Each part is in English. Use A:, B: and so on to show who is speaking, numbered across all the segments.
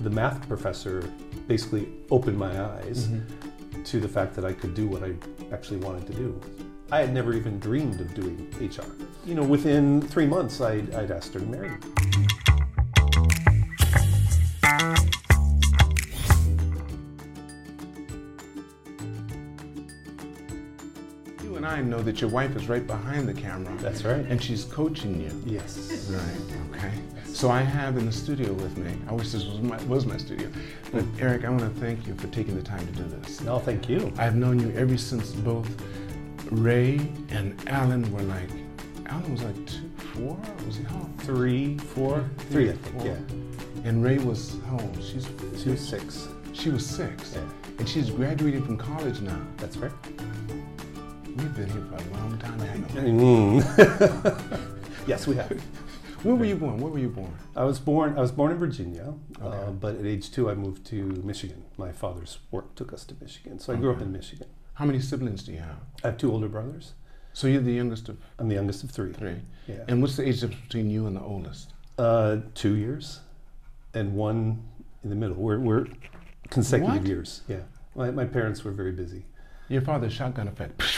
A: the math professor basically opened my eyes to the fact that I could do what I actually wanted to do. I had never even dreamed of doing HR. You know, within three months, I'd, I'd asked her to marry me.
B: You and I know that your wife is right behind the camera.
A: That's right.
B: And she's coaching you.
A: Yes.
B: Right. Okay. So I have in the studio with me. I wish this was my was my studio, but Eric, I want to thank you for taking the time to do this.
A: No, thank you.
B: I've known you ever since both Ray and Alan were like. Alan was like two, four. Was he how?
A: Three, four, three, I think.
B: four.
A: Yeah.
B: And Ray was how old? She's
A: She was six.
B: she was six,
A: Yeah.
B: and she's graduated from college now.
A: That's right.
B: We've been here for a long time. haven't we?
A: yes, we have.
B: Where were you born? Where were you born?
A: I was born. I was born in Virginia, uh, but at age two, I moved to Michigan. My father's work took us to Michigan, so I grew up in Michigan.
B: How many siblings do you have?
A: I have two older brothers.
B: So you're the youngest of
A: I'm the youngest of three.
B: three.
A: Yeah.
B: And what's the age difference between you and the oldest?
A: Uh, two years, and one in the middle. We're, we're consecutive
B: What?
A: years. Yeah. My, my parents were very busy.
B: Your father's shotgun effect.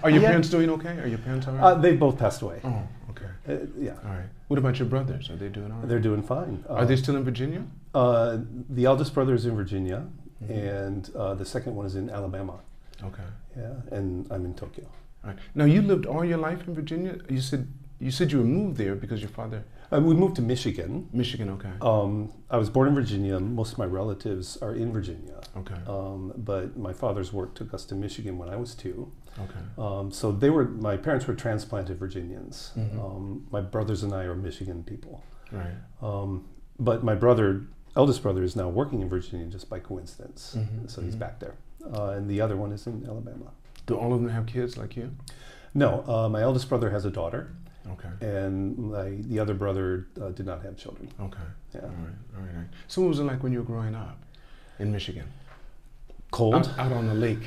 B: Are your
A: Yeah.
B: parents doing okay? Are your parents all
A: Uh,
B: right?
A: they both passed away.
B: oh, okay.
A: Uh, yeah.
B: All right. What about your brothers? Are they doing all right?
A: They're doing fine. Uh,
B: Are they still in Virginia?
A: uh, the eldest brother is in Virginia,
B: Mm-hmm.
A: and uh, the second one is in Alabama.
B: Okay.
A: Yeah, and I'm in Tokyo.
B: All right. Now you lived all your life in Virginia. You said you said you were moved there because your father
A: Uh, we moved to Michigan.
B: Michigan. Okay.
A: Um, I was born in Virginia. Most of my relatives are in Virginia.
B: Okay.
A: Um, but my father's work took us to Michigan when I was two.
B: Okay.
A: Um, so they were, my parents were transplanted Virginians.
B: Mm-hmm.
A: Um, my brothers and I are Michigan people.
B: Right.
A: Um, but my brother, eldest brother, is now working in Virginia just by coincidence.
B: Mm.
A: mm-hmm. So he's back there. Uh, and the other one is in Alabama.
B: Mm-hmm. Do all of them have kids like you?
A: No, uh, my eldest brother has a daughter,
B: Okay.
A: and my, the other brother uh, did not have children.
B: Okay.
A: Yeah.
B: All right. All right. all right. So what was it like when you were growing up in Michigan?
A: Cold.
B: Out, out on the lake.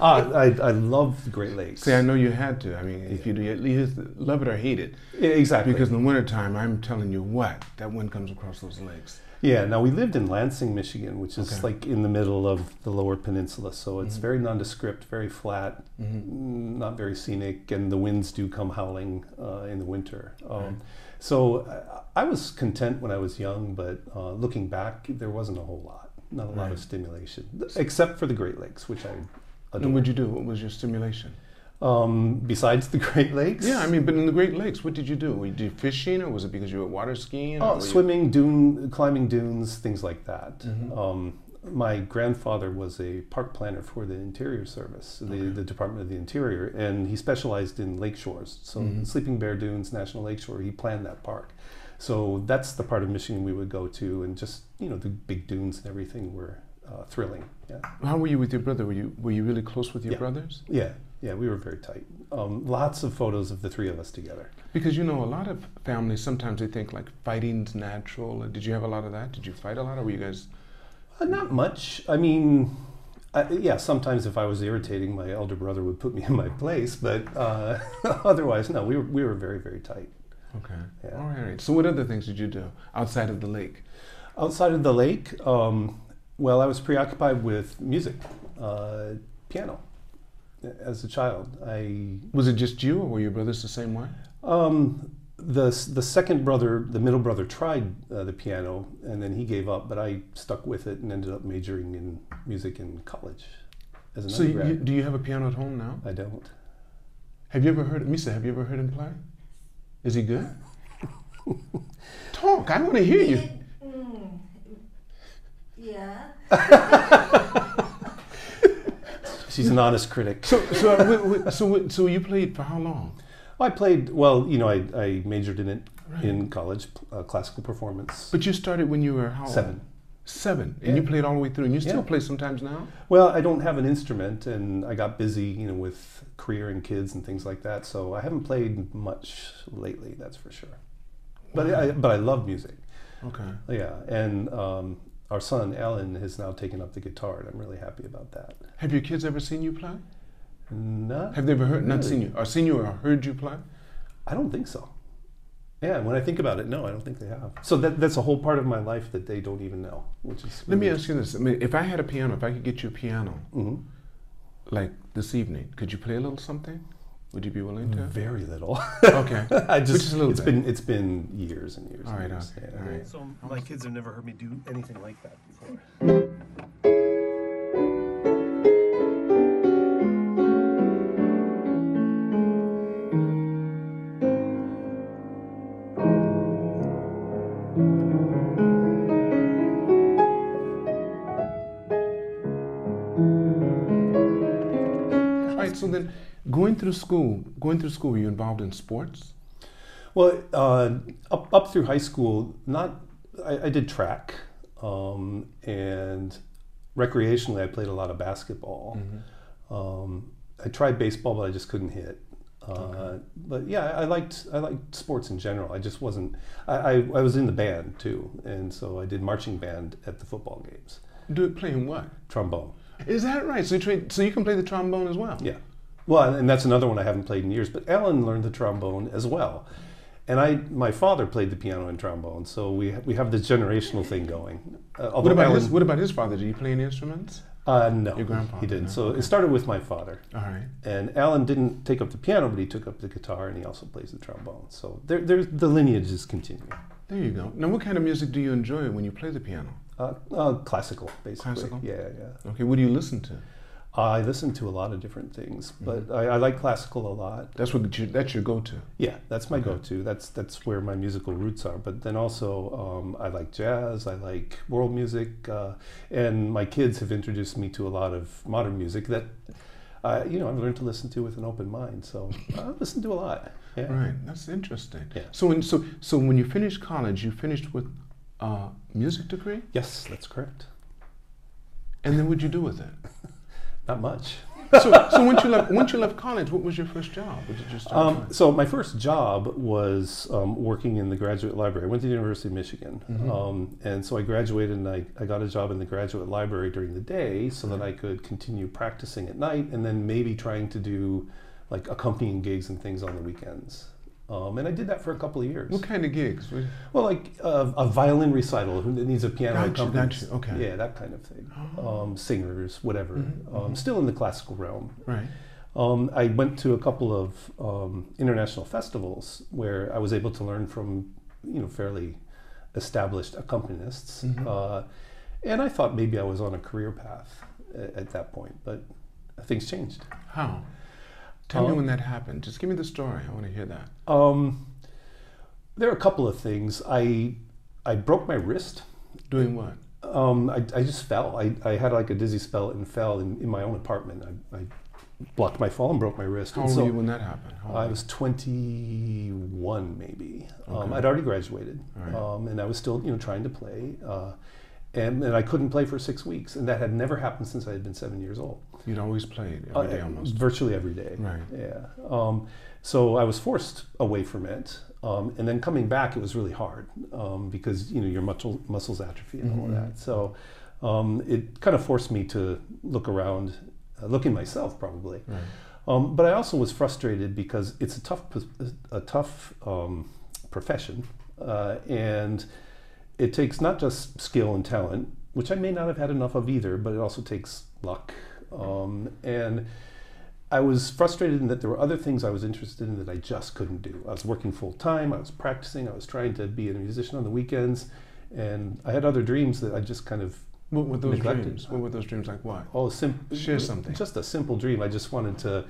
A: Ah, I, I love the Great Lakes.
B: See, I know you had to. I mean, if you do, at least love it or hate it.
A: Yeah, Exactly.
B: Because in the wintertime, I'm telling you what, that wind comes across those lakes.
A: yeah, now we lived in Lansing, Michigan, which is like in the middle of the lower peninsula. So
B: Mm-hmm.
A: it's very nondescript, very flat, mm, not very scenic, and the winds do come howling uh, in the winter. Um, So I, I was content when I was young, but uh, looking back, there wasn't a whole lot, not a lot of stimulation, th- except for the Great Lakes, which I
B: And
A: adore.
B: what'd you do? What was your stimulation?
A: Um, besides the Great Lakes,
B: Yeah, I mean, but in the Great Lakes, what did you do? Were you do fishing, or was it because you were water skiing? or
A: Oh,
B: were you-
A: swimming, dune, climbing dunes, things like that.
B: Mm-hmm. Oh.
A: Um, my grandfather was a park planner for the Interior Service, the, the Department of the Interior, and he specialized in lake shores. So, Sleeping Bear Dunes National Lakeshore, he planned that park. So, that's the part of Michigan we would go to, and just, you know, the big dunes and everything were uh, thrilling. Yeah.
B: How were you with your brother? Were you were you really close with your
A: Yeah.
B: brothers?
A: Yeah. Yeah. We were very tight. Um, lots of photos of the three of us together.
B: Because you know, a lot of families sometimes they think like fighting's natural. Did you have a lot of that? Did you fight a lot, or were you guys?
A: Uh, not much. I mean, I, yeah, sometimes if I was irritating, my elder brother would put me in my place, but uh, otherwise, no, we were, we were very, very tight.
B: Okay.
A: Yeah.
B: All right. all right. So, what other things did you do outside of the lake?
A: Outside of the lake, um, well, I was preoccupied with music, uh, piano, uh, as a child. I
B: Was it just you, or were your brothers the same way?
A: Um, the the second brother, the middle brother, tried uh, the piano, and then he gave up. But I stuck with it and ended up majoring in music in college as an
B: So, you,
A: undergrad.
B: you, do you have a piano at home now?
A: I don't.
B: Have you ever heard Misa? Have you ever heard him play? Is he good? Talk. I want to hear you.
C: Mm. Yeah.
A: She's an honest critic.
B: So, so, uh, wait, wait, so, wait, so you played for how long?
A: I played well. You know, I, I majored in it in college, uh, classical performance.
B: But you started when you were how old?
A: Seven.
B: Seven, and you played all the way through, and you still
A: Yeah.
B: play sometimes now.
A: Well, I don't have an instrument, and I got busy, you know, with career and kids and things like that. So I haven't played much lately. That's for sure. But I, but I love music.
B: Okay.
A: Yeah, and um, our son Alan has now taken up the guitar, and I'm really happy about that.
B: Have your kids ever seen you play?
A: Not,
B: Have they ever heard?
A: Uh,
B: Not
A: Really?
B: seen you, or seen you, or heard you play?
A: I don't think so. Yeah, when I think about it, no, I don't think they have. So that, that's a whole part of my life that they don't even know, which is.
B: Let me ask you this. I mean, if I had a piano, if I could get you a piano,
A: Mhm.
B: like this evening, could you play a little something? Would you be willing to?
A: Very little.
B: Okay.
A: I just,
B: Just a little
A: it's
B: bit.
A: been it's been years and years.
B: All right,
A: and years.
B: okay,
A: yeah.
B: all right.
D: So my kids have never heard me do anything like that before.
B: All right. So then, going through school, going through school, were you involved in sports?
A: Well, uh, up up through high school, not I, I did track, um, and recreationally, I played a lot of basketball.
B: Mm.
A: Um, I tried baseball, but I just couldn't hit. Uh, But yeah, I I liked I liked sports in general. I just wasn't. I, I, I was in the band too, and so I did marching band at the football games.
B: Do playing what?
A: Trombone.
B: Is that right? So you train, so you can play the trombone as well.
A: Yeah. Well, and that's another one I haven't played in years. But Alan learned the trombone as well, and I, my father played the piano and trombone, so we we have this generational thing going. Uh, although
B: What about
A: Alan,
B: his? What about his father? Did he play any instruments?
A: Uh, no,
B: Your grandpa?
A: He didn't.
B: No.
A: So it started with my father,
B: All right.
A: and Alan didn't take up the piano, but he took up the guitar, and he also plays the trombone. So there, there's the lineage is continuing.
B: There you go. Now, what kind of music do you enjoy when you play the piano?
A: Uh, uh, classical, basically.
B: Classical?
A: Yeah, yeah.
B: Okay. What do you listen to?
A: I listen to a lot of different things,
B: Mm-hmm.
A: but I, I like classical a lot.
B: That's what you, that's your go-to.
A: Yeah, that's my go-to. That's that's where my musical roots are. But then also, um, I like jazz. I like world music, uh, and my kids have introduced me to a lot of modern music that, uh, you know, I've learned to listen to with an open mind. So I listen to a lot. Yeah.
B: Right. That's interesting.
A: Yeah.
B: So when so so when you finished college, you finished with a music degree,
A: Yes, that's correct.
B: and then what'd you do with it?
A: Not much.
B: so, so once you left, once you left college, what was your first job? What did you start?
A: Um, so my first job was um, working in the graduate library. I went to the University of Michigan, um, and so I graduated and I, I got a job in the graduate library during the day so that I could continue practicing at night and then maybe trying to do like accompanying gigs and things on the weekends. Um, and I did that for a couple of years.
B: what kind of gigs? What-
A: Well, like uh, a violin recital who needs a piano
B: Gotcha,
A: accompanist.
B: gotcha, okay.
A: Yeah, that kind of thing. Um, singers, whatever. Um, Still in the classical realm.
B: Right.
A: Um, I went to a couple of um, international festivals where I was able to learn from, you know, fairly established accompanists, uh, and I thought maybe I was on a career path at, at that point, but things changed.
B: How? Tell me
A: Oh.
B: when that happened. Just give me the story. I want to hear that.
A: Um, there are a couple of things. I I broke my wrist.
B: Doing what?
A: Um, I, I just fell. I, I had like a dizzy spell and fell in, in my own apartment. I, I blocked my fall and broke my wrist.
B: How
A: and
B: old
A: so-
B: were you when that happened? How old
A: I
B: were
A: was 21, maybe. Um,
B: Okay.
A: I'd already graduated,
B: All right.
A: um, and I was still, you know, trying to play, uh, and, and I couldn't play for six weeks, and that had never happened since I had been seven years old.
B: you? You'd always played
A: Uh,
B: every day almost.
A: Virtually every day.
B: Right.
A: Yeah. Um, so I was forced away from it, um, and then coming back, it was really hard um, because you know your muscle, muscles atrophy and all of
B: Mm-hmm.
A: that. So um, it kind of forced me to look around, uh, looking myself probably.
B: Right.
A: Um, but I also was frustrated because it's a tough, pos- a tough um, profession, uh, and it takes not just skill and talent, which I may not have had enough of either, but it also takes luck. Um, and I was frustrated in that there were other things I was interested in that I just couldn't do. I was working full time, I was practicing, I was trying to be a musician on the weekends, and I had other dreams that I just kind of
B: What were those
A: neglected.
B: dreams? What were those dreams like? What?
A: Oh, sim-
B: Share something.
A: Just a simple dream. I just wanted to uh,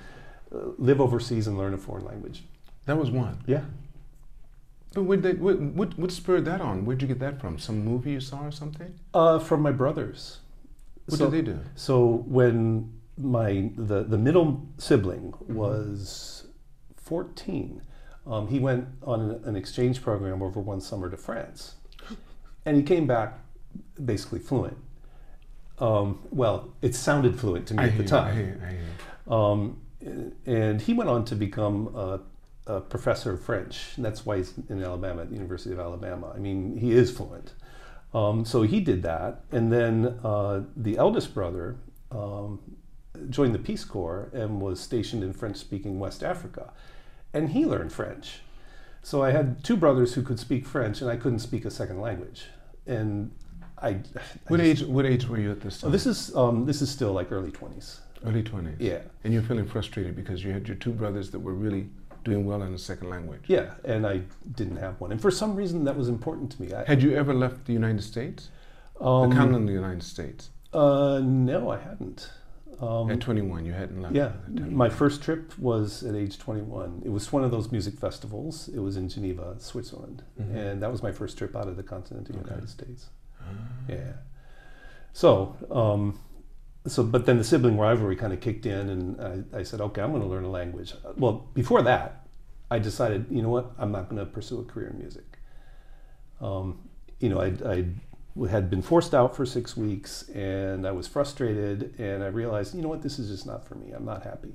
A: live overseas and learn a foreign language.
B: That was one.
A: Yeah.
B: But what, they, what, what, what spurred that on? Where'd you get that from? Some movie you saw or something?
A: Uh, from my brothers.
B: What
A: so,
B: did they do?
A: So when my the the middle sibling
B: Mm-hmm.
A: was 14, um, he went on an, an exchange program over one summer to France, and he came back basically fluent. Um, well, it sounded fluent to me
B: I
A: at
B: hear
A: the
B: you,
A: time.
B: I hear you, I hear you.
A: Um, and he went on to become a, a professor of French. And that's why he's in Alabama, at the University of Alabama. I mean, he is fluent. Um, so he did that. And then uh, the eldest brother um, joined the Peace Corps and was stationed in French speaking West Africa. And he learned French. So I had two brothers who could speak French, and I couldn't speak a second language. And I, I
B: What
A: just-
B: age? What age were you at this
A: Oh,
B: time?
A: this is um, this is still like early twenties.
B: early twenties.
A: Yeah,
B: And you're feeling frustrated because you had your two brothers that were really doing well in the second language.
A: yeah, and I didn't have one, and for some reason that was important to me. I,
B: Had you ever left the United States?
A: um,
B: the continent of the United States.
A: Uh, no, I hadn't.
B: At
A: Um,
B: 21, you hadn't left.
A: yeah,
B: at that time.
A: my first trip was at age 21. It was one of those music festivals. It was in Geneva, Switzerland,
B: Mhm.
A: and that was my first trip out of the continent of the
B: Okay.
A: United States.
B: Ah.
A: Yeah. So, um, so but then the sibling rivalry kind of kicked in, and I, I said, okay, I'm going to learn a language. Well, before that, I decided, you know what, I'm not going to pursue a career in music. Um, you know, I, I w- had been forced out for six weeks, and I was frustrated, and I realized, you know what, this is just not for me. I'm not happy.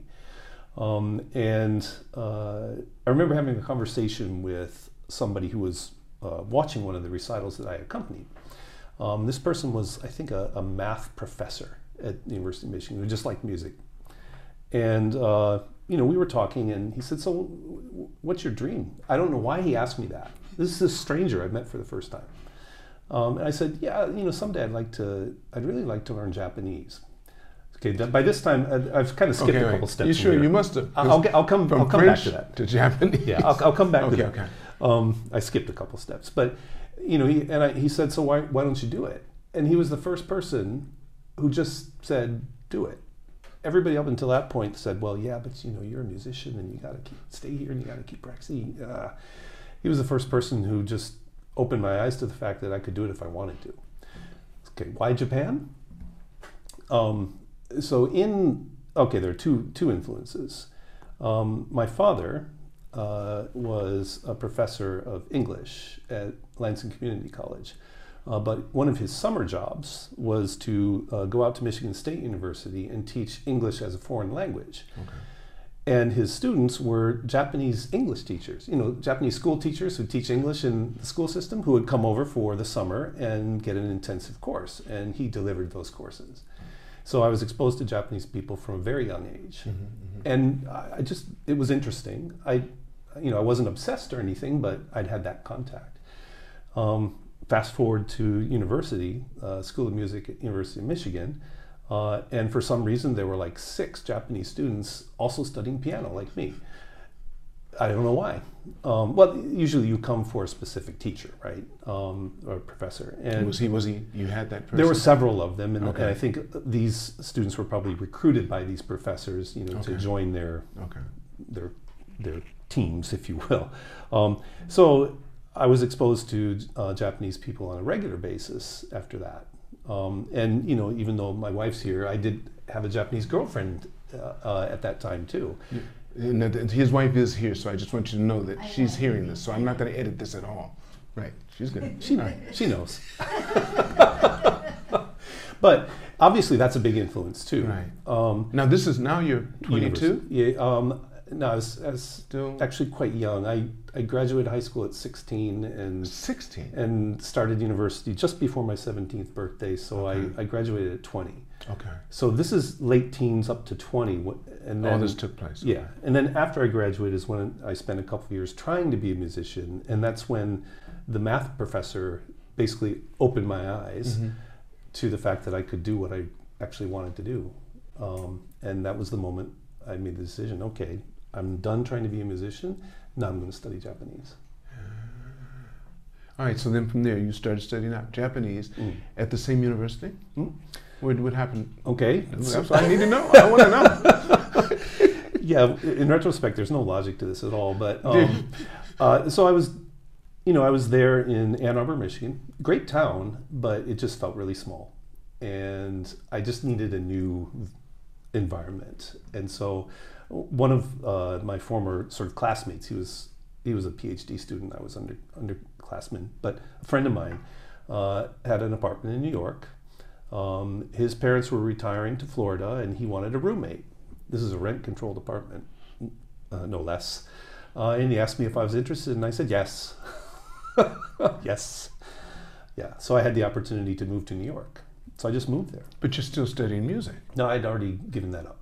A: Um, and uh, I remember having a conversation with somebody who was uh, watching one of the recitals that I accompanied. Um, this person was, I think, a, a math professor at the University of Michigan who just liked music. And, uh, you know, we were talking, and he said, So, w- w- what's your dream? I don't know why he asked me that. This is a stranger I met for the first time. Um, and I said, Yeah, you know, someday I'd like to, I'd really like to learn Japanese. Okay, th- by this time, I- I've kind of skipped
B: Okay,
A: a couple
B: wait.
A: steps.
B: You
A: in
B: sure?
A: here.
B: You must have.
A: I'll, I'll, get- I'll come,
B: From
A: I'll come
B: French
A: back to that.
B: to Japanese.
A: Yeah, I'll, I'll come back
B: Okay,
A: to that.
B: okay.
A: Um, I skipped a couple steps, but you know, he, and I, he said, "So why why don't you do it?" And he was the first person who just said, "Do it." Everybody up until that point said, "Well, yeah, but you know, you're a musician, and you got to keep stay here, and you got to keep practicing." Uh, he was the first person who just opened my eyes to the fact that I could do it if I wanted to. Okay, why Japan? Um, so in okay, there are two two influences. Um, my father uh, was a professor of English at Lansing Community College, uh, but one of his summer jobs was to uh, go out to Michigan State University and teach English as a foreign language. And his students were Japanese English teachers, you know, Japanese school teachers who teach English in the school system who would come over for the summer and get an intensive course. And he delivered those courses. So I was exposed to Japanese people from a very young age
B: Mm-hmm.
A: and I I just it was interesting. I, you know, I wasn't obsessed or anything, but I'd had that contact. Um, fast forward to university, uh, School of Music at University of Michigan, uh, and for some reason there were like six Japanese students also studying piano, like me. I don't know why. Um, well, usually you come for a specific teacher, right, um, or professor, and
B: Was he? Was he? You had that person.
A: there were several of them, and, and
B: Okay.
A: I think these students were probably recruited by these professors, you know,
B: Okay.
A: to join their
B: Okay.
A: their their teams, if you will. Um, so I was exposed to uh, Japanese people on a regular basis after that, um, and you know, even though my wife's here, I did have a Japanese girlfriend uh, uh, at that time too.
B: And that- that his wife is here, so I just want you to know that
C: I
B: she's
C: know.
B: hearing this. So I'm not going to edit this at all. Right. She's going.
A: She knows. She knows. but obviously, that's a big influence too.
B: Right.
A: Um,
B: Now this is now you're 22.
A: university- Yeah. Um, no, I was, I was
B: Still
A: actually quite young. I, I graduated high school at 16 and
B: 16.
A: and started university just before my 17th birthday. So
B: Okay.
A: I, I graduated at 20.
B: Okay.
A: So this is late teens up to 20. wh- And then,
B: All this took place.
A: yeah. And then after I graduated is when I spent a couple of years trying to be a musician. And that's when the math professor basically opened my eyes
B: Mm-hmm.
A: to the fact that I could do what I actually wanted to do. Um, and that was the moment I made the decision okay, I'm done trying to be a musician. Now I'm going to study Japanese.
B: All right. So then from there you started studying out Japanese at the same university. Hmm?
A: Mm.
B: What what happened?
A: Okay. so-
B: That's what I need to know. I want to know.
A: yeah in retrospect there's no logic to this at all but um, uh, so i was you know i was there in ann arbor michigan great town but it just felt really small and i just needed a new environment and so one of uh, my former sort of classmates he was he was a phd student i was under underclassman but a friend of mine uh, had an apartment in new york um, his parents were retiring to florida and he wanted a roommate this is a rent controlled apartment, uh, no less. Uh, and he asked me if I was interested, and I said yes. yes. Yeah, so I had the opportunity to move to New York. So I just moved there.
B: But you're still studying music.
A: No, I'd already given that up.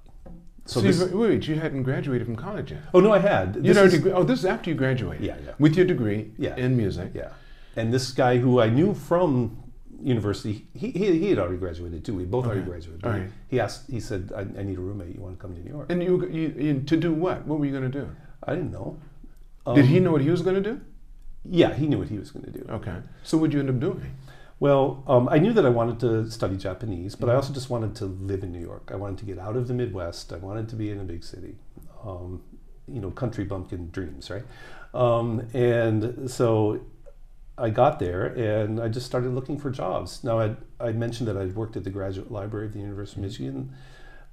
A: So,
B: So,
A: this,
B: you, wait, you hadn't graduated from college yet.
A: oh no, I had.
B: You
A: This
B: know,
A: is-
B: degree, oh, this is after you graduated.
A: Yeah, yeah.
B: With your degree
A: Yeah.
B: in music.
A: Yeah. And this guy who I knew from university, he, he, he had already graduated too. We both already
B: Okay.
A: graduated.
B: All right.
A: He asked, he said, I, I need a roommate. You want to come to New York?
B: And you, you, you to do what? What were you going to do?
A: I didn't know.
B: Did
A: Um,
B: he know what he was going to do?
A: Yeah, he knew what he was going to do.
B: Okay. So what'd you end up doing?
A: Well, um, I knew that I wanted to study Japanese, but I also just wanted to live in New York. I wanted to get out of the Midwest. I wanted to be in a big city. Um, you know, country bumpkin dreams, right? Um, and so I got there and I just started looking for jobs. Now, I'd, I mentioned that I'd worked at the Graduate Library of the University of Michigan.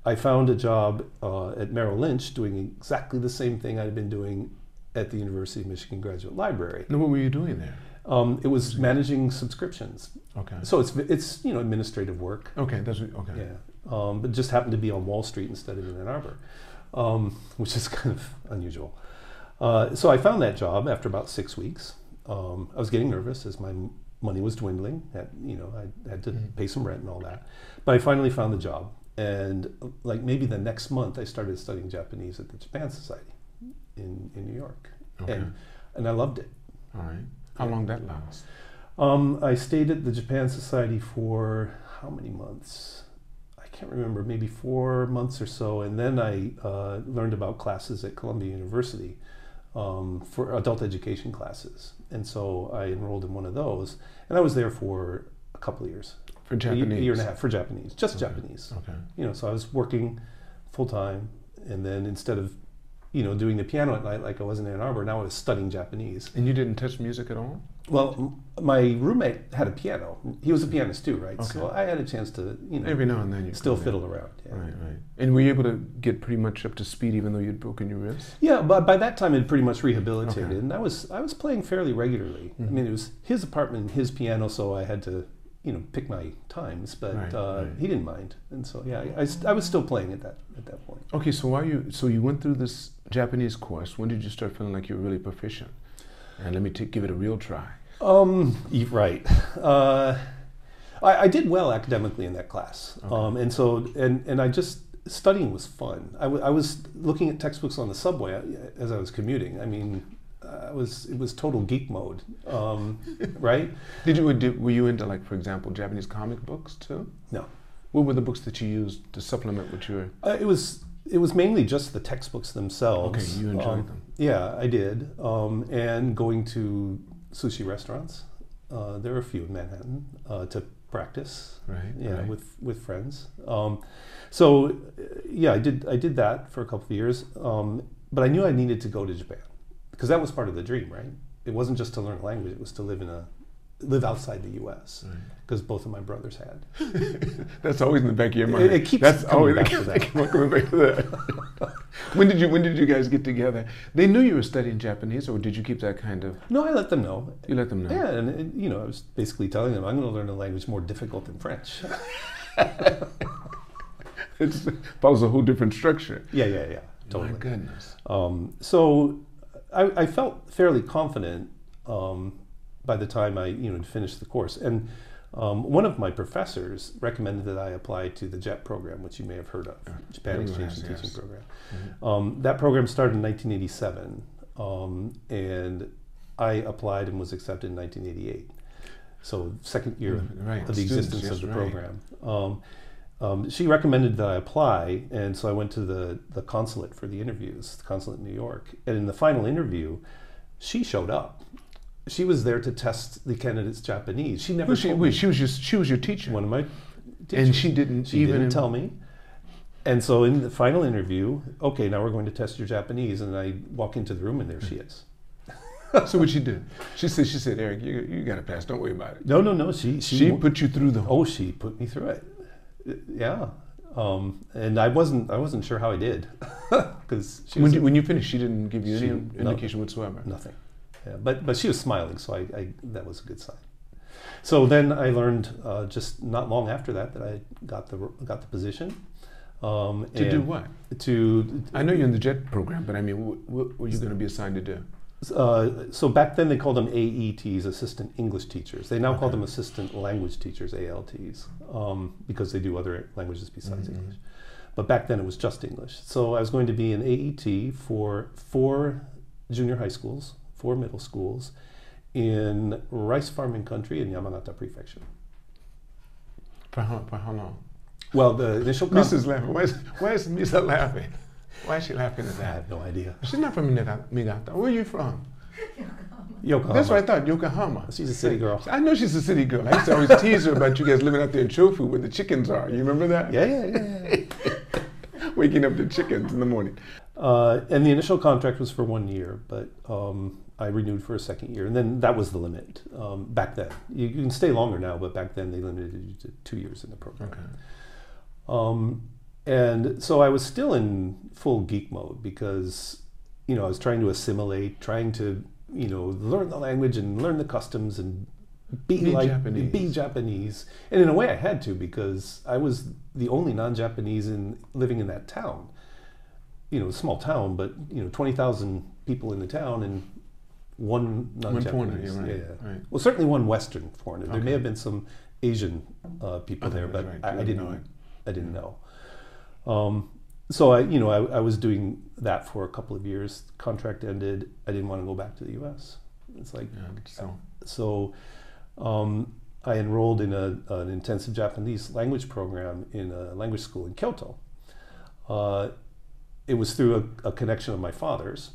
A: I found a job uh, at Merrill Lynch doing exactly the same thing I'd been doing at the University of Michigan Graduate Library.
B: And what were you doing there?
A: Um, it was managing subscriptions.
B: Okay.
A: So it's it's you know administrative work,
B: Okay, that's what, okay.
A: yeah. Um, but just happened to be on Wall Street instead of in Ann Arbor, um, which is kind of unusual. Uh, so I found that job after about six weeks. Um, I was getting nervous as my m- money was dwindling. Had, you know, I had to pay some rent and all that. But I finally found the job, and uh, like maybe the next month, I started studying Japanese at the Japan Society in in New York,
B: Okay.
A: and and I loved it.
B: All right. How long that last?
A: Um, I stayed at the Japan Society for how many months? I can't remember, maybe four months or so. And then I uh, learned about classes at Columbia University um, for adult education classes. And so I enrolled in one of those. And I was there for a couple of years
B: For
A: a
B: Japanese.
A: ye- a year and a half for Japanese, just
B: Okay.
A: Japanese.
B: Okay.
A: You know, so I was working full time. And then instead of, you know, doing the piano at night like I was in Ann Arbor, now I was studying Japanese.
B: And you didn't touch music at all?
A: Well, m- my roommate had a piano. He was a pianist too, right? So
B: Okay.
A: I had a chance to, you know,
B: Every now and then you
A: still
B: come in.
A: fiddle around. Yeah.
B: Right, right. And were you able to get pretty much up to speed even though you'd broken your wrist?
A: Yeah, but by that time it pretty much rehabilitated,
B: Okay. Mm-hmm.
A: and I was I was playing fairly regularly. I mean, it was his apartment, his piano, so I had to, you know, pick my times. But
B: Right,
A: uh,
B: right.
A: he didn't mind, and so yeah, I, I st- I was still playing at that at that point.
B: Okay, so why you so you went through this Japanese course, when did you start feeling like you were really proficient? And let me take, give it a real try.
A: Um, y- right. Uh, I, I did well academically in that class, um, and so and and I just studying was fun. I wa- I was looking at textbooks on the subway uh, as I was commuting. I mean, I was it was total geek mode, um, right?
B: Did you did, were you into like for example Japanese comic books too?
A: No,
B: What were the books that you used to supplement what you were?
A: uh, it was it was mainly just the textbooks
B: Okay,
A: themselves.
B: you enjoyed
A: Um,
B: them.
A: Yeah, I did, um, and going to sushi restaurants. Uh, there were a few in Manhattan uh, to practice.
B: Right.
A: yeah
B: right.
A: with with friends um, so uh, yeah i did i did that for a couple of years um, but i knew i needed to go to japan because that was part of the dream right it wasn't just to learn a language it was to live in a live outside the
B: Mm.
A: us because both of my brothers had
B: That's always in the back of your
A: It-
B: mind.
A: it keeps
B: That's
A: coming
B: always
A: back to that.
B: keep on coming back to that. when did you when did you guys get together? They knew you were studying Japanese, or did you keep that kind of?
A: no i let them know
B: You let them know.
A: yeah and and, you know i was basically telling them i'm going to learn a language more difficult than french
B: It's, follows a whole different structure.
A: yeah yeah yeah totally
B: My goodness.
A: Um, so I, I felt fairly confident um, by the time I you know had finished the course. And um, one of my professors recommended that I apply to the JET program, which you may have heard of, Japan
B: everyone
A: Exchange
B: Uh, has,
A: and Teaching
B: yes.
A: Program. Um, that program started in 1987, um, and I applied and was accepted in 1988. So second year
B: Mm-hmm. Right,
A: of the
B: students,
A: existence
B: yes,
A: of the
B: right.
A: program. Um, um, she recommended that I apply, and so I went to the, the consulate for the interviews, the consulate in New York. And in the final interview, she showed up. She was there to test the candidate's Japanese. She never
B: Who she,
A: told
B: wait, she was your she was your teacher,
A: me. one of my
B: and she didn't
A: she
B: even
A: didn't tell me. And so in the final interview, okay, now we're going to test your Japanese, and I walk into the room, and there she is.
B: So what she do? She said she said Eric, you you got to pass. Don't worry about it.
A: No, no, no. She she,
B: She
A: wa-
B: put you through the whole.
A: oh she put me through it. Uh, Yeah, um, and I wasn't I wasn't sure how I did because she
B: When
A: was
B: you, when you finished, she didn't give you
A: She-
B: any
A: no.
B: indication whatsoever.
A: Nothing. Yeah, but but she was smiling, so I, I that was a good sign. So then I learned uh, just not long after that that I got the got the position. Um,
B: To do
A: and
B: what?
A: To
B: I know you're in the JET program, but I mean, what, what were you going to be assigned to do?
A: uh, so back then they called them AETs, assistant English teachers. They now call them assistant language teachers, ALTs, um, because they do other languages besides English. But back then it was just English. So I was going to be an AET for four junior high schools, four middle schools in rice farming country in Yamanata Prefecture.
B: For how, for how long?
A: Well, the initial con-
B: Mrs. laughing. Why is, why is Misa laughing? Why is she laughing at
A: I
B: that?
A: have no idea.
B: She's not from Niga- Niigata. Where are you from?
A: Yokohama.
B: That's what I thought, Yokohama.
A: Uh-huh. She's a city girl.
B: I know she's a city girl. I used to always tease her about you guys living out there in Chofu where the chickens are. You remember that?
A: Yeah, yeah, yeah. yeah.
B: Waking up the chickens in the morning.
A: Uh, and the initial contract was for one year, but um, I renewed for a second year, and then that was the limit um, back then. You, you can stay longer now, but back then they limited you to two years in the program.
B: Okay.
A: Um, and so I was still in full geek mode because, you know, I was trying to assimilate, trying to, you know, learn the language and learn the customs and be,
B: Be
A: like
B: Japanese.
A: be Japanese. And in a way, I had to because I was the only non-Japanese in living in that town. You know, small town, but you know, twenty thousand people in the town and one
B: One
A: non-Japanese.
B: corner, you're right.
A: Yeah.
B: right.
A: Well, certainly one Western foreigner. There
B: Okay.
A: may have been some Asian uh, people
B: Okay,
A: there, but
B: that's right. You
A: I, I
B: wouldn't
A: didn't.
B: know it.
A: I didn't know. Um, so I, you know, I, I was doing that for a couple of years. Contract ended. I didn't want to go back to the U.S. It's like
B: Yeah, so,
A: so. Um, I enrolled in a, an intensive Japanese language program in a language school in Kyoto. Uh, it was through a, a connection of my father's.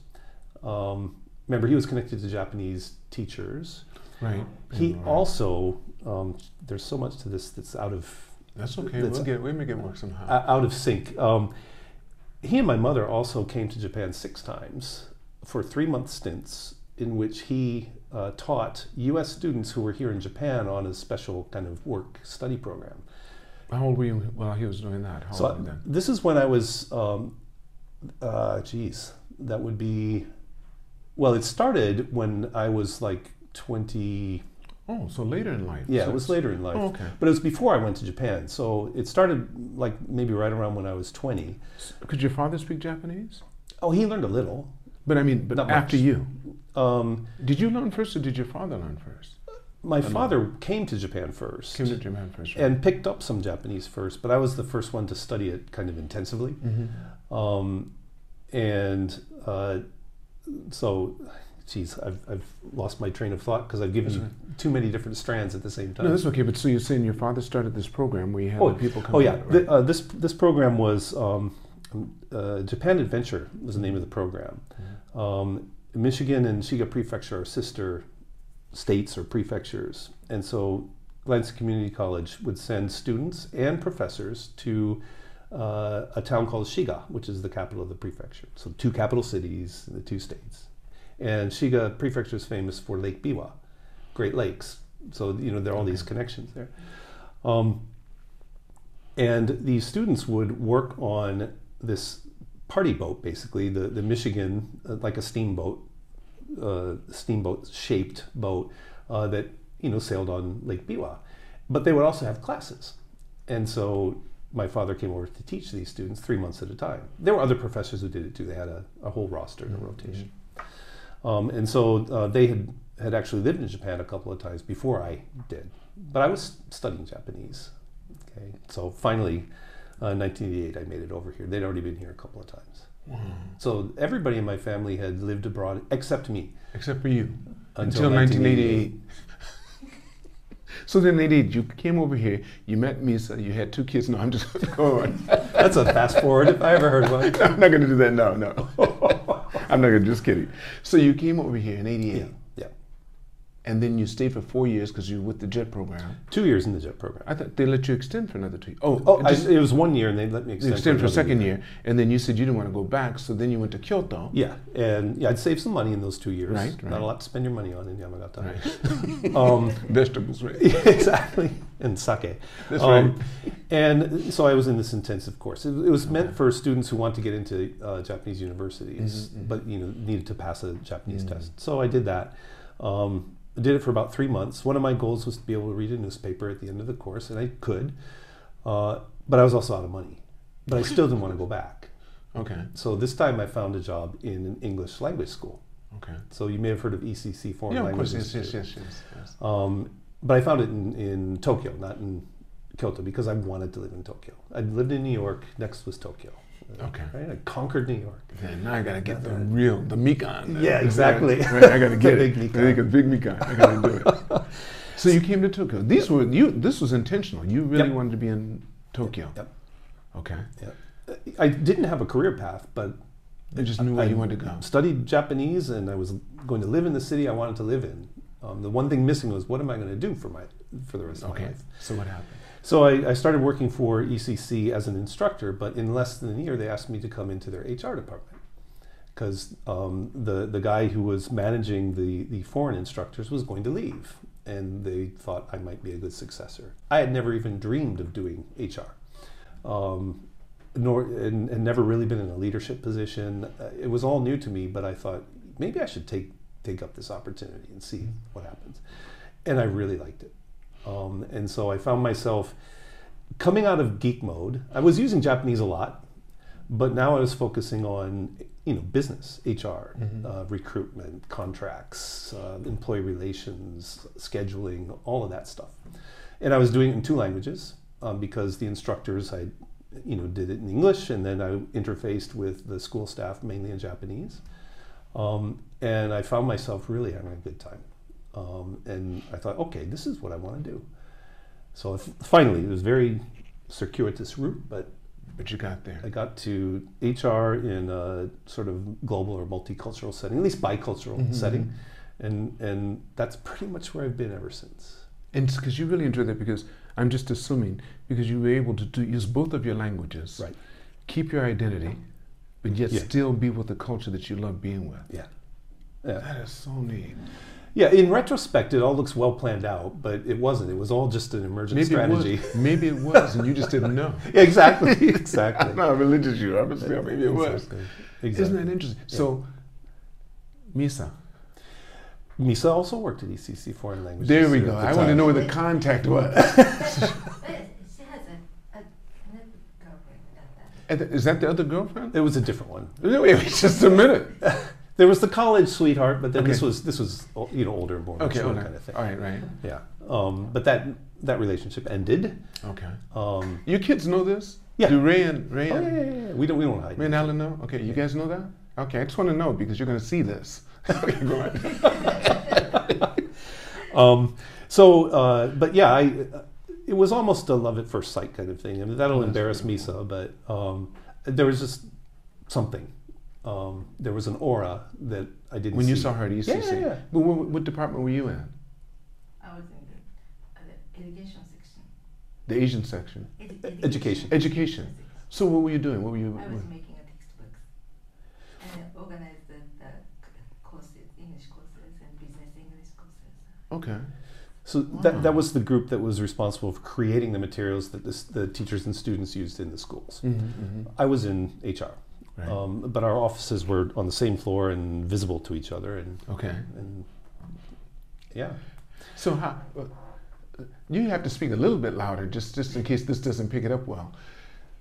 A: Um, remember, he was connected to Japanese teachers.
B: right.
A: He
B: Right.
A: also um, there's so much to this that's out of
B: That's okay.
A: that's-
B: we'll get we make it work somehow.
A: o- out of sync. Um, he and my mother also came to Japan six times for three month stints in which he uh, taught U.S. students who were here in Japan on a special kind of work study program.
B: How old were you while he was doing that? How
A: So
B: old were you
A: I-
B: then?
A: this is when I was, um, uh, geez, that would be, well, it started when I was like 20.
B: Oh, so later in life.
A: Yeah,
B: So
A: it was
B: it's-
A: later in life.
B: Oh, okay.
A: But it was before I went to Japan. So it started like maybe right around when I was 20.
B: S- Could your father speak Japanese?
A: Oh, he learned a little.
B: But I mean, but
A: Not
B: after
A: much.
B: you,
A: Um,
B: did you learn first, or did your father learn first?
A: my father came to Japan first
B: Came to Japan first, right?
A: and picked up some Japanese first, but I was the first one to study it kind of intensively.
B: Mm-hmm.
A: Um, and uh, so, geez, I've, I've lost my train of thought because I've given
B: That's
A: you too many different strands at the same time.
B: no, that's okay. But so you're saying your father started this program where you had
A: Oh,
B: the people come?
A: Oh yeah,
B: out, right?
A: Th- uh, this this program was um, uh, Japan Adventure was the name of the program.
B: Mm-hmm.
A: Um, Michigan and Shiga Prefecture are sister states or prefectures, and so Lansing Community College would send students and professors to uh, a town called Shiga, which is the capital of the prefecture. So two capital cities, in the two states, and Shiga Prefecture is famous for Lake Biwa, Great Lakes. So you know there are all these connections there. Um, and these students would work on this party boat, basically the the Michigan, uh, like a steamboat, uh, steamboat shaped boat uh, that you know sailed on Lake Biwa. But they would also have classes, and so my father came over to teach these students three months at a time. There were other professors who did it too. They had a, a whole roster
B: Mm-hmm.
A: and a rotation, um, and so uh, they had had actually lived in Japan a couple of times before I did. But I was studying Japanese. Okay, so finally, uh, 1988, I made it over here. They'd already been here a couple of times. So everybody in my family had lived abroad except me
B: Except for you, until 1988. so then, 88, you came over here. You met Misa. You had two kids. No, I'm just going.
A: That's a fast forward if I ever heard one.
B: I'm not going to do that. No, no. I'm not going to. Just kidding. So you came over here in '88,
A: Yeah, yeah.
B: and then you stayed for four years because you were with the JET program.
A: Two years in the JET program.
B: I thought they let you extend for another two. Oh,
A: Oh, I,
B: just
A: it was one year, and they let me extend,
B: extend for a
A: another
B: second year. and then you said you didn't want to go back, so then you went to Kyoto.
A: Yeah, and yeah, I'd saved some money in those two years.
B: Right, right.
A: Not a lot to spend your money on in Yamagata.
B: Right.
A: Um,
B: Vegetables, right?
A: exactly, and sake.
B: That's
A: Um, And so I was in this intensive course. It, it was meant for students who want to get into uh, Japanese universities,
B: Mm-hmm,
A: but you know needed to pass a Japanese test. So I did that. Um, I did it for about three months. One of my goals was to be able to read a newspaper at the end of the course, and I could, uh, but I was also out of money. But I still didn't want to go back.
B: Okay.
A: So this time I found a job in an English language school.
B: Okay.
A: So you may have heard of ECC Foreign
B: Yeah, of
A: Language
B: course. Yes,
A: Institute.
B: yes, yes, yes. yes.
A: Um, but I found it in, in Tokyo, not in Kyoto because I wanted to live in Tokyo. I lived in New York. Next was Tokyo.
B: Okay.
A: Right? I conquered New York.
B: Yeah, now I gotta get the real, the Mikan.
A: Yeah, exactly.
B: Right, I gotta get
A: The
B: it.
A: big
B: I think a big Mikan. I gotta do it. So you came to Tokyo. These were you. This was intentional. You really
A: Yep.
B: wanted to be in Tokyo.
A: Yep.
B: Okay.
A: I didn't have a career path, but
B: You just knew where you wanted to go.
A: studied Japanese and I was going to live in the city I wanted to live in. Um, the one thing missing was what am I going to do for my for the rest of my
B: Okay.
A: life?
B: So what happened?
A: So I, I started working for ECC as an instructor, but in less than a year, they asked me to come into their HR department because um, the the guy who was managing the the foreign instructors was going to leave, and they thought I might be a good successor. I had never even dreamed of doing HR. Um, nor and, and never really been in a leadership position. Uh, It was all new to me, but I thought maybe I should take take up this opportunity and see what happens. And I really liked it. Um, and so I found myself coming out of geek mode. I was using Japanese a lot, but now I was focusing on you know business, HR, uh, recruitment, contracts, uh, employee relations, scheduling, all of that stuff. And I was doing it in two languages um, because the instructors I you know did it in English, and then I interfaced with the school staff mainly in Japanese. Um, and I found myself really having a good time. Um, and I thought, okay, this is what I want to do. So if, finally, it was a very circuitous route, but
B: But you got there.
A: I got to HR in a sort of global or multicultural setting, at least bicultural
B: Mm-hmm.
A: setting, and and that's pretty much where I've been ever since.
B: And it's because you really enjoy that because I'm just assuming because you were able to do, use both of your languages,
A: Right.
B: keep your identity, but yet
A: Yeah.
B: still be with the culture that you love being with.
A: Yeah, yeah,
B: That is so neat.
A: yeah. In retrospect, it all looks well planned out, but it wasn't. It was all just an emergent
B: Maybe
A: strategy.
B: it was. Maybe it was, and you just didn't know.
A: exactly, exactly.
B: I'm not religious, you. I'm just, yeah, maybe it was.
A: Exactly. exactly.
B: Isn't that interesting? So, Misa.
A: Misa also worked at ECC Foreign Languages.
B: There we
A: here
B: go.
A: at the
B: I want to
A: time.
B: know where the contact was.
C: she has a, a, another girlfriend about that.
B: is that the other girlfriend?
A: It was a different one.
B: No, wait, wait, just a minute.
A: There was the college sweetheart, but then this
B: Okay.
A: was this was o- you know older, more
B: Okay,
A: mature
B: okay.
A: kind of thing.
B: All right, right.
A: Yeah, um, but that that relationship ended.
B: Okay.
A: Um,
B: Your kids know this?
A: Yeah.
B: Do Ray and Ray
A: oh,
B: and
A: yeah, yeah, yeah, yeah. We don't we don't hide.
B: Ray and Alan know? Okay, you guys know that? Okay, I just want to know because you're going to see this. okay, go on.
A: Um, so, uh, but yeah, I, it was almost a love at first sight kind of thing. I mean, that'll
B: Mm-hmm.
A: embarrass Misa, but um, there was just something. Um, there was an aura that I didn't.
B: When you
A: see.
B: saw her at ECC.
A: Yeah, yeah, yeah.
B: But what, what department were you in?
C: I was in the, uh, the education section.
B: The Asian section.
C: Edu-
A: education.
B: E-, Education. So what were you doing? What were you?
C: I was making a textbooks and I organized the, the c- courses, English courses and business English courses.
B: Okay.
A: So that,
B: mm.
A: that was the group that was responsible for creating the materials that this, the teachers and students used in the schools.
B: Mm-hmm,
A: I was in HR,
B: Right.
A: um, but our offices were on the same floor and visible to each other, and,
B: Okay.
A: and yeah.
B: So how? uh, You have to speak a little bit louder, just just in case this doesn't pick it up well.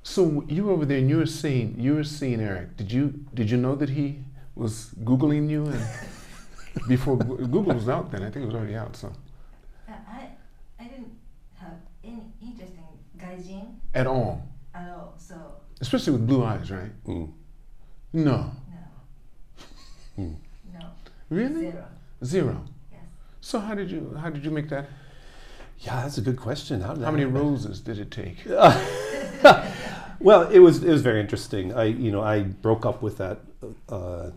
B: So you were over there and you were seeing you were seeing Eric. Did you did you know that he was googling you and before Goo- Google was out then? I think it was already out. So
C: Uh, I, I didn't have any interest in gaijin
B: at all,
C: at all, so
B: especially with blue eyes, right?
A: Mm.
B: No,
C: no.
A: Hmm.
C: No,
B: really
C: zero.
B: zero.
C: Yes.
B: So how did you how did you make that?
A: Yeah, that's a good question. How, did
B: How
A: that
B: many
A: happen?
B: roses did it take?
A: Well, it was it was very interesting. I you know I broke up with that uh,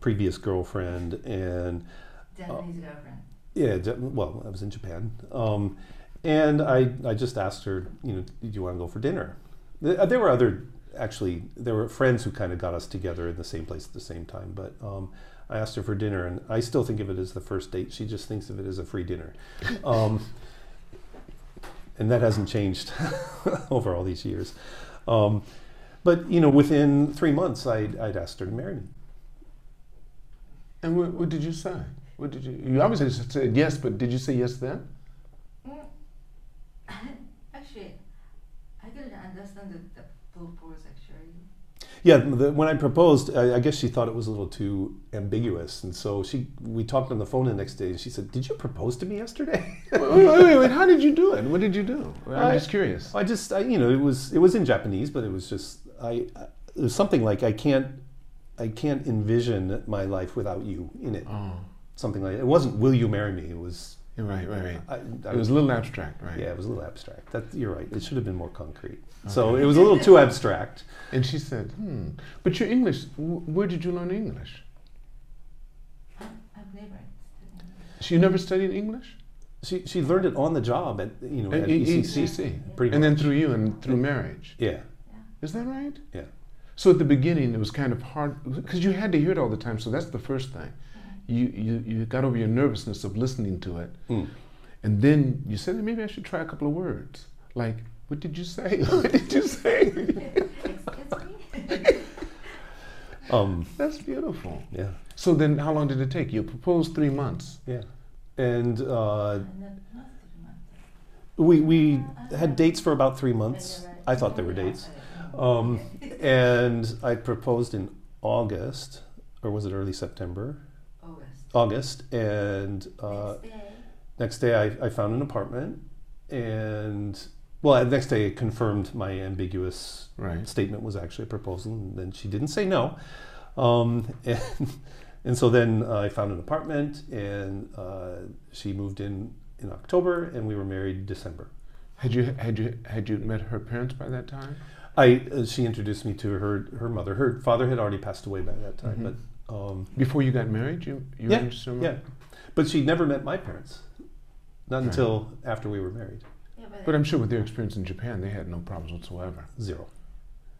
A: previous girlfriend, and Oh.
C: Japanese girlfriend.
A: yeah, Ja- well, I was in Japan, um, and I I just asked her, you know, do you want to go for dinner? Th- uh, There were other actually there were friends who kind of got us together in the same place at the same time, but. Um, I asked her for dinner, and I still think of it as the first date. She just thinks of it as a free dinner, um, and that hasn't changed over all these years. Um, but you know, within three months, I'd, I'd asked her to marry me.
B: And what, what did you say? What did you? You obviously said yes, but did you say yes then?
C: Mm. Actually, I couldn't understand the, the purpose actually.
A: Yeah, the, when I proposed, I, I guess she thought it was a little too ambiguous, and so she we talked on the phone the next day, and she said, "Did you propose to me yesterday?"
B: wait, wait, wait, wait, How did you do it? What did you do? I'm
A: I-
B: just curious.
A: I just, I, you know, it was it was in Japanese, but it was just I, I it was something like I can't I can't envision my life without you in it.
B: Oh,
A: Something like it wasn't "Will you marry me?" It was
B: you're right, right, right.
A: I, I
B: It was a little abstract, right?
A: yeah, it was a little abstract. That you're right. It should have been more concrete. So it was a little too abstract.
B: And she said, "Hmm, but your English. Wh- where did you learn English?
C: I've never studied English.
B: So you never studied English?
A: She she learned it on the job at you know
B: At
A: at
B: E-
A: ECC.
B: ECC.
A: Pretty
B: And then
A: much.
B: through you and through marriage.
A: yeah
B: Is that right?
A: yeah.
B: So at the beginning, it was kind of hard because you had to hear it all the time. So that's the first thing. You, you, you got over your nervousness of listening to it.
A: Mm.
B: And then you said, maybe I should try a couple of words. Like, what did you say? what did you say?
C: Excuse me?
A: Um,
B: that's beautiful.
A: yeah,
B: So then how long did it take? You proposed three months.
A: yeah. And uh,
C: Not, not three months.
A: we, we had dates for about three months. I thought there were dates.
C: Oh,
A: Um, and I proposed in August, or was it early September?
C: August.
A: August. And uh,
C: Next day,
A: next day I, I found an apartment. And well, the next day it confirmed my ambiguous
B: Right.
A: statement was actually a proposal, and then she didn't say no. Um, and, and so then uh, I found an apartment, and uh, she moved in in October, and we were married December.
B: Had you, had, you, had you met her parents by that time?
A: I uh, she introduced me to her her mother. Her father had already passed away by that time,
B: Mhm.
A: but um,
B: Before you got married? You, you
A: Yeah,
B: were just-
A: yeah, but she never met my parents, not
B: Right.
A: until after we were married.
C: yeah,
B: But I'm sure with their experience in Japan, they had no problems whatsoever.
A: Zero.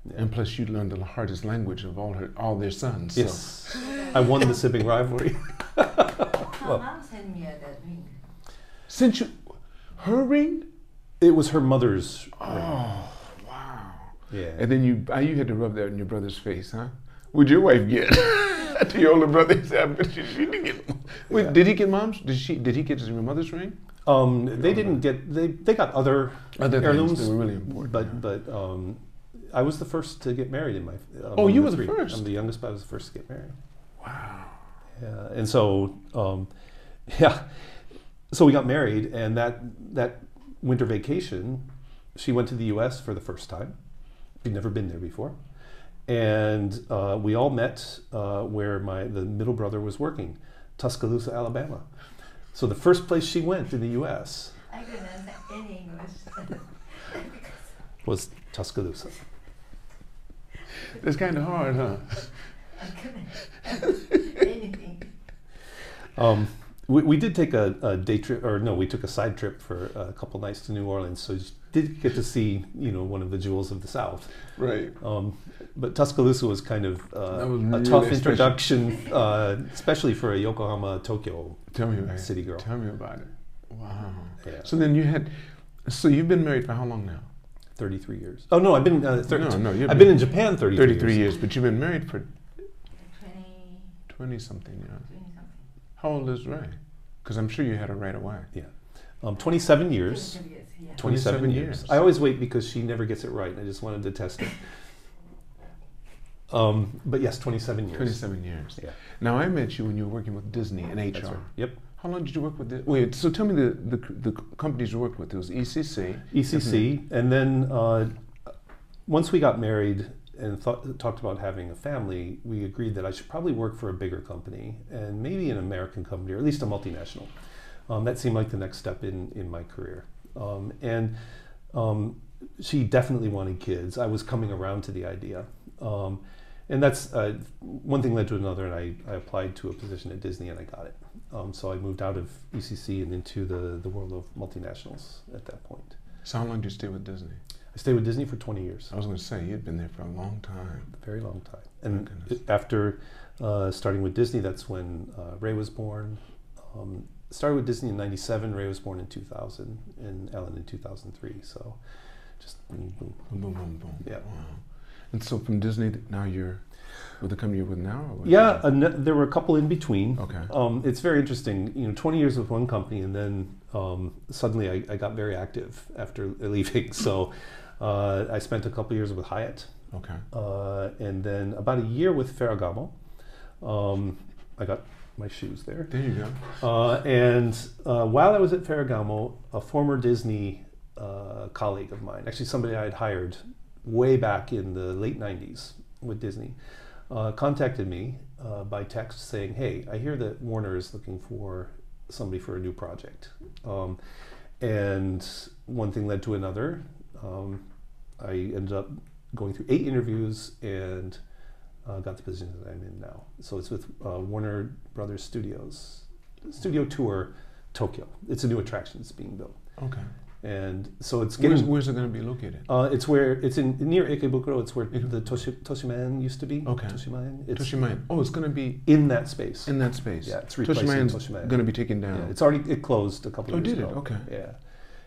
A: Yeah.
B: And plus, you learned the hardest language of all her, all their sons. so-
A: Yes, I won the sibling rivalry.
C: her
A: well-
C: mom sent me a- that ring.
B: Since you, her ring.
A: It was her mother's.
B: Oh, wow!
A: Yeah,
B: And then you, ah, you had to rub that in your brother's face, huh? What'd your wife get? to your older brother, he said, "But she, she didn't get. Wait,
A: Yeah.
B: did he get mom's? Did she? Did he get your mother's ring?
A: um, they didn't get they they got other
B: Other
A: Heirlooms,
B: things that Oh, were really important.
A: But
B: yeah.
A: but um, I was the first to get married in my. Uh,
B: Oh,
A: among
B: you were the
A: three.
B: first.
A: I'm the youngest, but I was the first to get married.
B: wow.
A: Yeah, and so um, yeah, so we got married, and that that winter vacation, she went to the U.S. for the first time. She'd never been there before, and uh, we all met uh, where my the middle brother was working, Tuscaloosa, Alabama. So the first place she went in the U.S.
C: I couldn't answer any English. because
A: was Tuscaloosa.
B: That's kind of hard, huh?
C: I couldn't answer anything.
A: Um, we, we did take a, a day trip, or no, we took a side trip for a couple nights to New Orleans. So you did get to see, you know, one of the jewels of the South.
B: Right.
A: Um, but Tuscaloosa was kind of uh,
B: That was
A: a
B: really
A: tough
B: special.
A: introduction, uh, especially for a Yokohama, Tokyo
B: Tell me about
A: city
B: it.
A: girl.
B: Tell me about it. Wow.
A: Yeah,
B: So then you had. So you've been married for how long now?
A: 33 years. Oh no, I've been uh, thir-
B: no, no, you've
A: I've been in Japan 33,
B: 33
A: years.
B: years. but you've been married for
C: 20,
B: 20 something, yeah.
C: 20 something.
B: How old is Ray? Because I'm sure you had her right away.
A: Um, 27 years.
C: 22 years, yeah.
A: 27,
B: 27
A: years.
B: years.
A: I always wait because she never gets it right. I just wanted to test it. Um, but yes, 27 years.
B: 27 years.
A: Yeah.
B: Now, I met you when you were working with Disney in HR.
A: That's right. Yep.
B: How long did you work with the, Wait, so tell me the, the, c- the c- companies you worked with. It was E ECC.
A: ECC, E and then uh, once we got married and thought, talked about having a family, we agreed that I should probably work for a bigger company and maybe an American company or at least a multinational. Um, that seemed like the next step in in my career. Um, and um, she definitely wanted kids. I was coming around to the idea. Um, and that's uh, one thing led to another, and I, I applied to a position at Disney and I got it. Um, so I moved out of ECC and into the, the world of multinationals at that point.
B: So, how long did you stay with Disney?
A: I stayed with Disney for 20 years,
B: I was going to say, you'd been there for a long time.
A: a very long time. And
B: Oh goodness.
A: after uh, starting with Disney, that's when uh, Ray was born. Um, started with Disney in 97, Ray was born in 2000, and Ellen in 2003. So just mm, boom, boom.
B: Boom, boom, boom, boom.
A: Yeah.
B: Wow. And so from Disney, th- now you're with the company you're with now? Or what?
A: Yeah, uh, and th- there were a couple in between.
B: Okay.
A: Um, it's very interesting. You know, 20 years with one company, and then um, suddenly I, I got very active after leaving. So uh, I spent a couple years with Hyatt,
B: Okay.
A: uh, and then about a year with Ferragamo. Um, I got my shoes there.
B: There you go.
A: Uh, and uh, while I was at Ferragamo, a former Disney uh, colleague of mine, actually somebody I had hired way back in the late 90s with Disney, uh, contacted me uh, by text saying, Hey, I hear that Warner is looking for somebody for a new project. Um, and one thing led to another. Um, I ended up going through eight interviews and uh, got the position that I'm in now. So it's with uh, Warner Brothers Studios, Studio Tour Tokyo. It's a new attraction that's being built,
B: Okay.
A: and so it's
B: Where's,
A: getting.
B: where's it going to be located?
A: Uh, it's where it's in near Ikebukuro. It's where
B: Ikebukuro.
A: the Toshi, Toshiman used to be.
B: Mm-hmm. Okay.
A: Toshiman. It's
B: Toshimayan. Oh, it's going to be
A: in that space.
B: in that space.
A: yeah, it's replacing
B: Toshimayan's
A: Toshiman.
B: going to be taken down.
A: Yeah, it's already it closed a couple
B: Oh,
A: of years
B: did it?
A: ago.
B: Okay.
A: Yeah,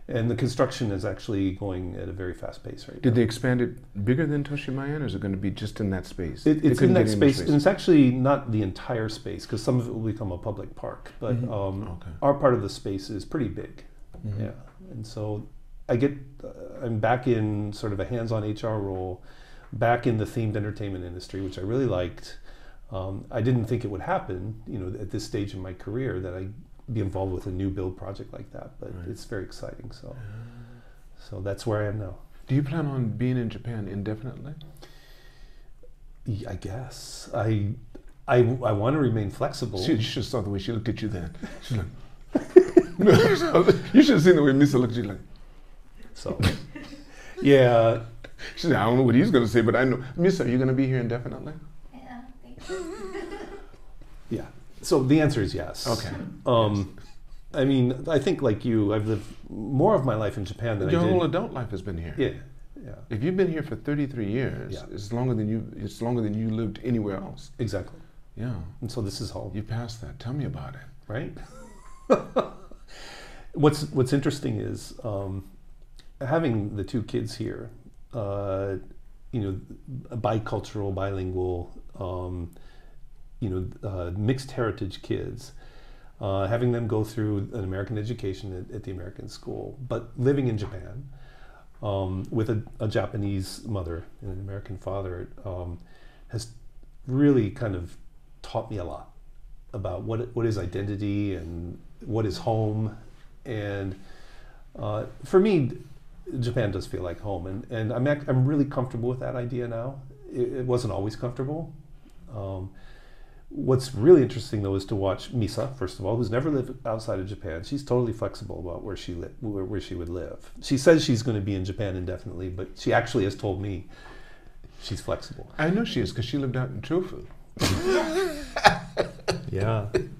A: and the construction is actually going at a very fast pace right
B: Did
A: now.
B: they expand it bigger than Toshimayan, or is it going to be just in that space?
A: It,
B: They
A: it's in
B: couldn't
A: that
B: get any
A: space, and it's actually not the entire space because some of it will become a public park. But
B: Mhm.
A: um,
B: Okay.
A: our part of the space is pretty big.
B: Mhm.
A: Yeah, and so I get uh, I'm back in sort of a hands-on HR role, back in the themed entertainment industry, which I really liked. Um, I didn't think it would happen, you know, at this stage in my career that I be involved with a new build project like that. But
B: Right.
A: it's very exciting. So, so that's where I am now.
B: Mm-hmm. Do you plan on being in Japan indefinitely?
A: Y- I guess I. I, I want to remain flexible.
B: She, you should saw the way she looked at you then. She's like, no, you should have seen the way Misa looked at you like,
A: So, yeah,
B: she said, I don't know what he's going to say, but I know. Misa, are you going to be here indefinitely?
C: Yeah, thank you.
A: yeah. So the answer is yes.
B: Okay.
A: Um, I mean, I think like you, I've lived more of my life in Japan than
B: Your
A: I did.
B: whole adult life has been here.
A: yeah, yeah,
B: If you've been here for 33 years,
A: Yeah.
B: it's longer than you it's longer than you lived anywhere else.
A: exactly.
B: Yeah.
A: And so this is home,
B: You passed that. Tell me about it.
A: right? what's What's interesting is um, having the two kids here. Uh, you know, bicultural, bilingual. Um, you know, uh, mixed heritage kids. uh, having them go through an American education at, at the American school, but living in Japan um, with a, a Japanese mother and an American father um, has really kind of taught me a lot about what what is identity and what is home, and uh, for me, Japan does feel like home, and and I'm ac- I'm really comfortable with that idea now. It, it wasn't always comfortable. Um, What's really interesting though is to watch Misa, first of all, who's never lived outside of Japan. She's totally flexible about where she li- where, where she would live. She says she's going to be in Japan indefinitely, but she actually has told me she's flexible.
B: I know she is because she lived out in Chofu.
A: Yeah.
B: And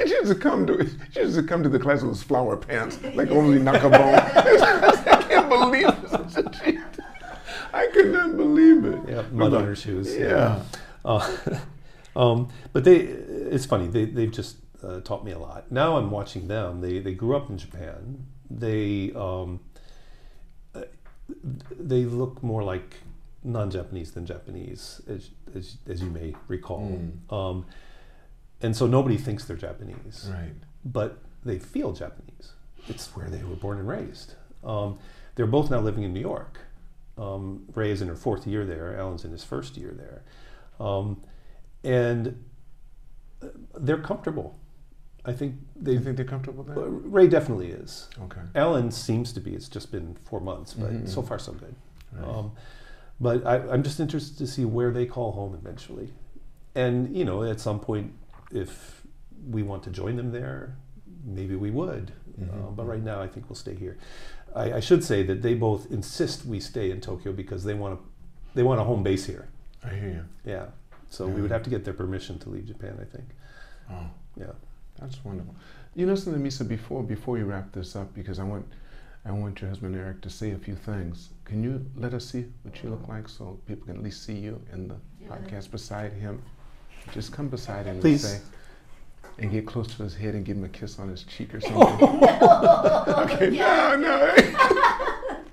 B: she used to come to she used to come to the class with flower pants, like only Nakabone. I can't believe it. I could not believe it.
A: Yeah, mud on her shoes.
B: Yeah.
A: Uh, um, but they, it's funny. They, they've just uh, taught me a lot. Now I'm watching them. They, they grew up in Japan. They, um, uh, they look more like non-Japanese than Japanese, as, as, as you may recall. Um, and so nobody thinks they're Japanese,
B: Right.
A: but they feel Japanese. It's where they were born and raised. Um, they're both now living in New York. Um, Ray is in her fourth year there. Alan's in his first year there, um, and uh, they're comfortable. I think
B: Do
A: they.
B: you think they're comfortable
A: uh,
B: there?
A: Ray definitely is.
B: Okay.
A: Alan seems to be. It's just been four months, but
B: Mhm,
A: so
B: mhm.
A: far so good.
B: Right.
A: Um, but I, I'm just interested to see where they call home eventually. And, you know, at some point, if we want to join them there, maybe we would. Uh,
B: Mhm.
A: but right now, I think we'll stay here. I, I should say that they both insist we stay in Tokyo because they want to, they want a home base here.
B: I hear you.
A: Yeah. So
B: Mm-hmm.
A: we would have to get their permission to leave Japan, I think.
B: Oh,
A: Yeah.
B: that's wonderful. You know something, Misa, before before we wrap this up, because I want I want your husband Eric to say a few things. Can you let us see what you look like so people can at least see you in the
C: Yeah.
B: podcast beside him? Just come beside him
A: Please.
B: and say and get close to his head and give him a kiss on his cheek or something. okay, no, no.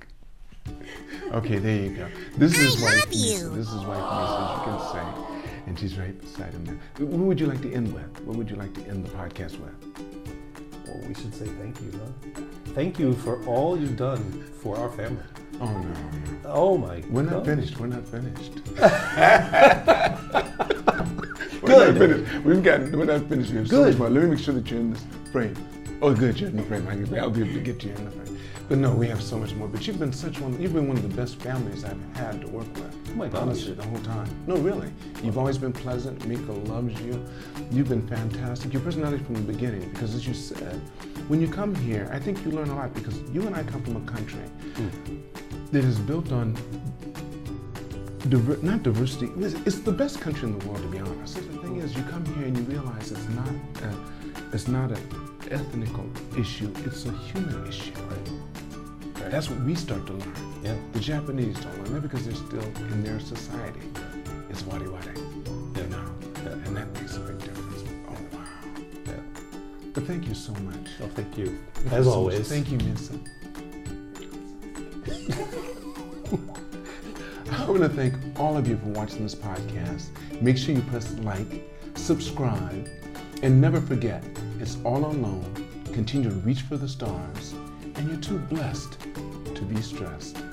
B: okay, there you go. This is
E: I
B: wife
E: love
B: Misa.
E: you.
B: This is wife Misa, as you can say. And she's right beside him now. What would you like to end with? What would you like to end the podcast with?
A: Well, we should say thank you, huh? Thank you for all you've done for our family.
B: Oh no,
A: Oh my
B: we're
A: God.
B: not finished. We're not finished. we're
A: Good.
B: Not finished. We've gotten. We're not finished. We have so
A: Good.
B: much more. Let me make sure that you're in this frame. Oh, good. You're in the frame. I can, I'll be able to get you in the frame. But no, we have so much more. But you've been such one. You've been one of the best families I've had to work with.
A: Oh my gosh.
B: Honestly, the whole time. No, really. You've always been pleasant. Mika loves you. You've been fantastic. Your personality from the beginning, because as you said, when you come here, I think you learn a lot because you and I come from a country that is built on diver- not diversity. It's, it's the best country in the world, to be honest. The thing is, you come here and you realize it's not a, it's not an ethnical issue. It's a human issue.
A: Right.
B: That's what we start to learn.
A: Yeah.
B: The Japanese don't learn that because they're still in their society. It's wadi wadi.
A: Yeah.
B: You know,
A: Yeah.
B: and that makes a big difference. Oh wow.
A: Yeah.
B: But thank you so much.
A: Well, thank you.
B: Thank you
A: As
B: so much.
A: always.
B: Thank you, Misa. I want to thank all of you for watching this podcast. Make sure you press like, subscribe, and never forget it's all on loan. Continue to reach for the stars, and you're too blessed to be stressed.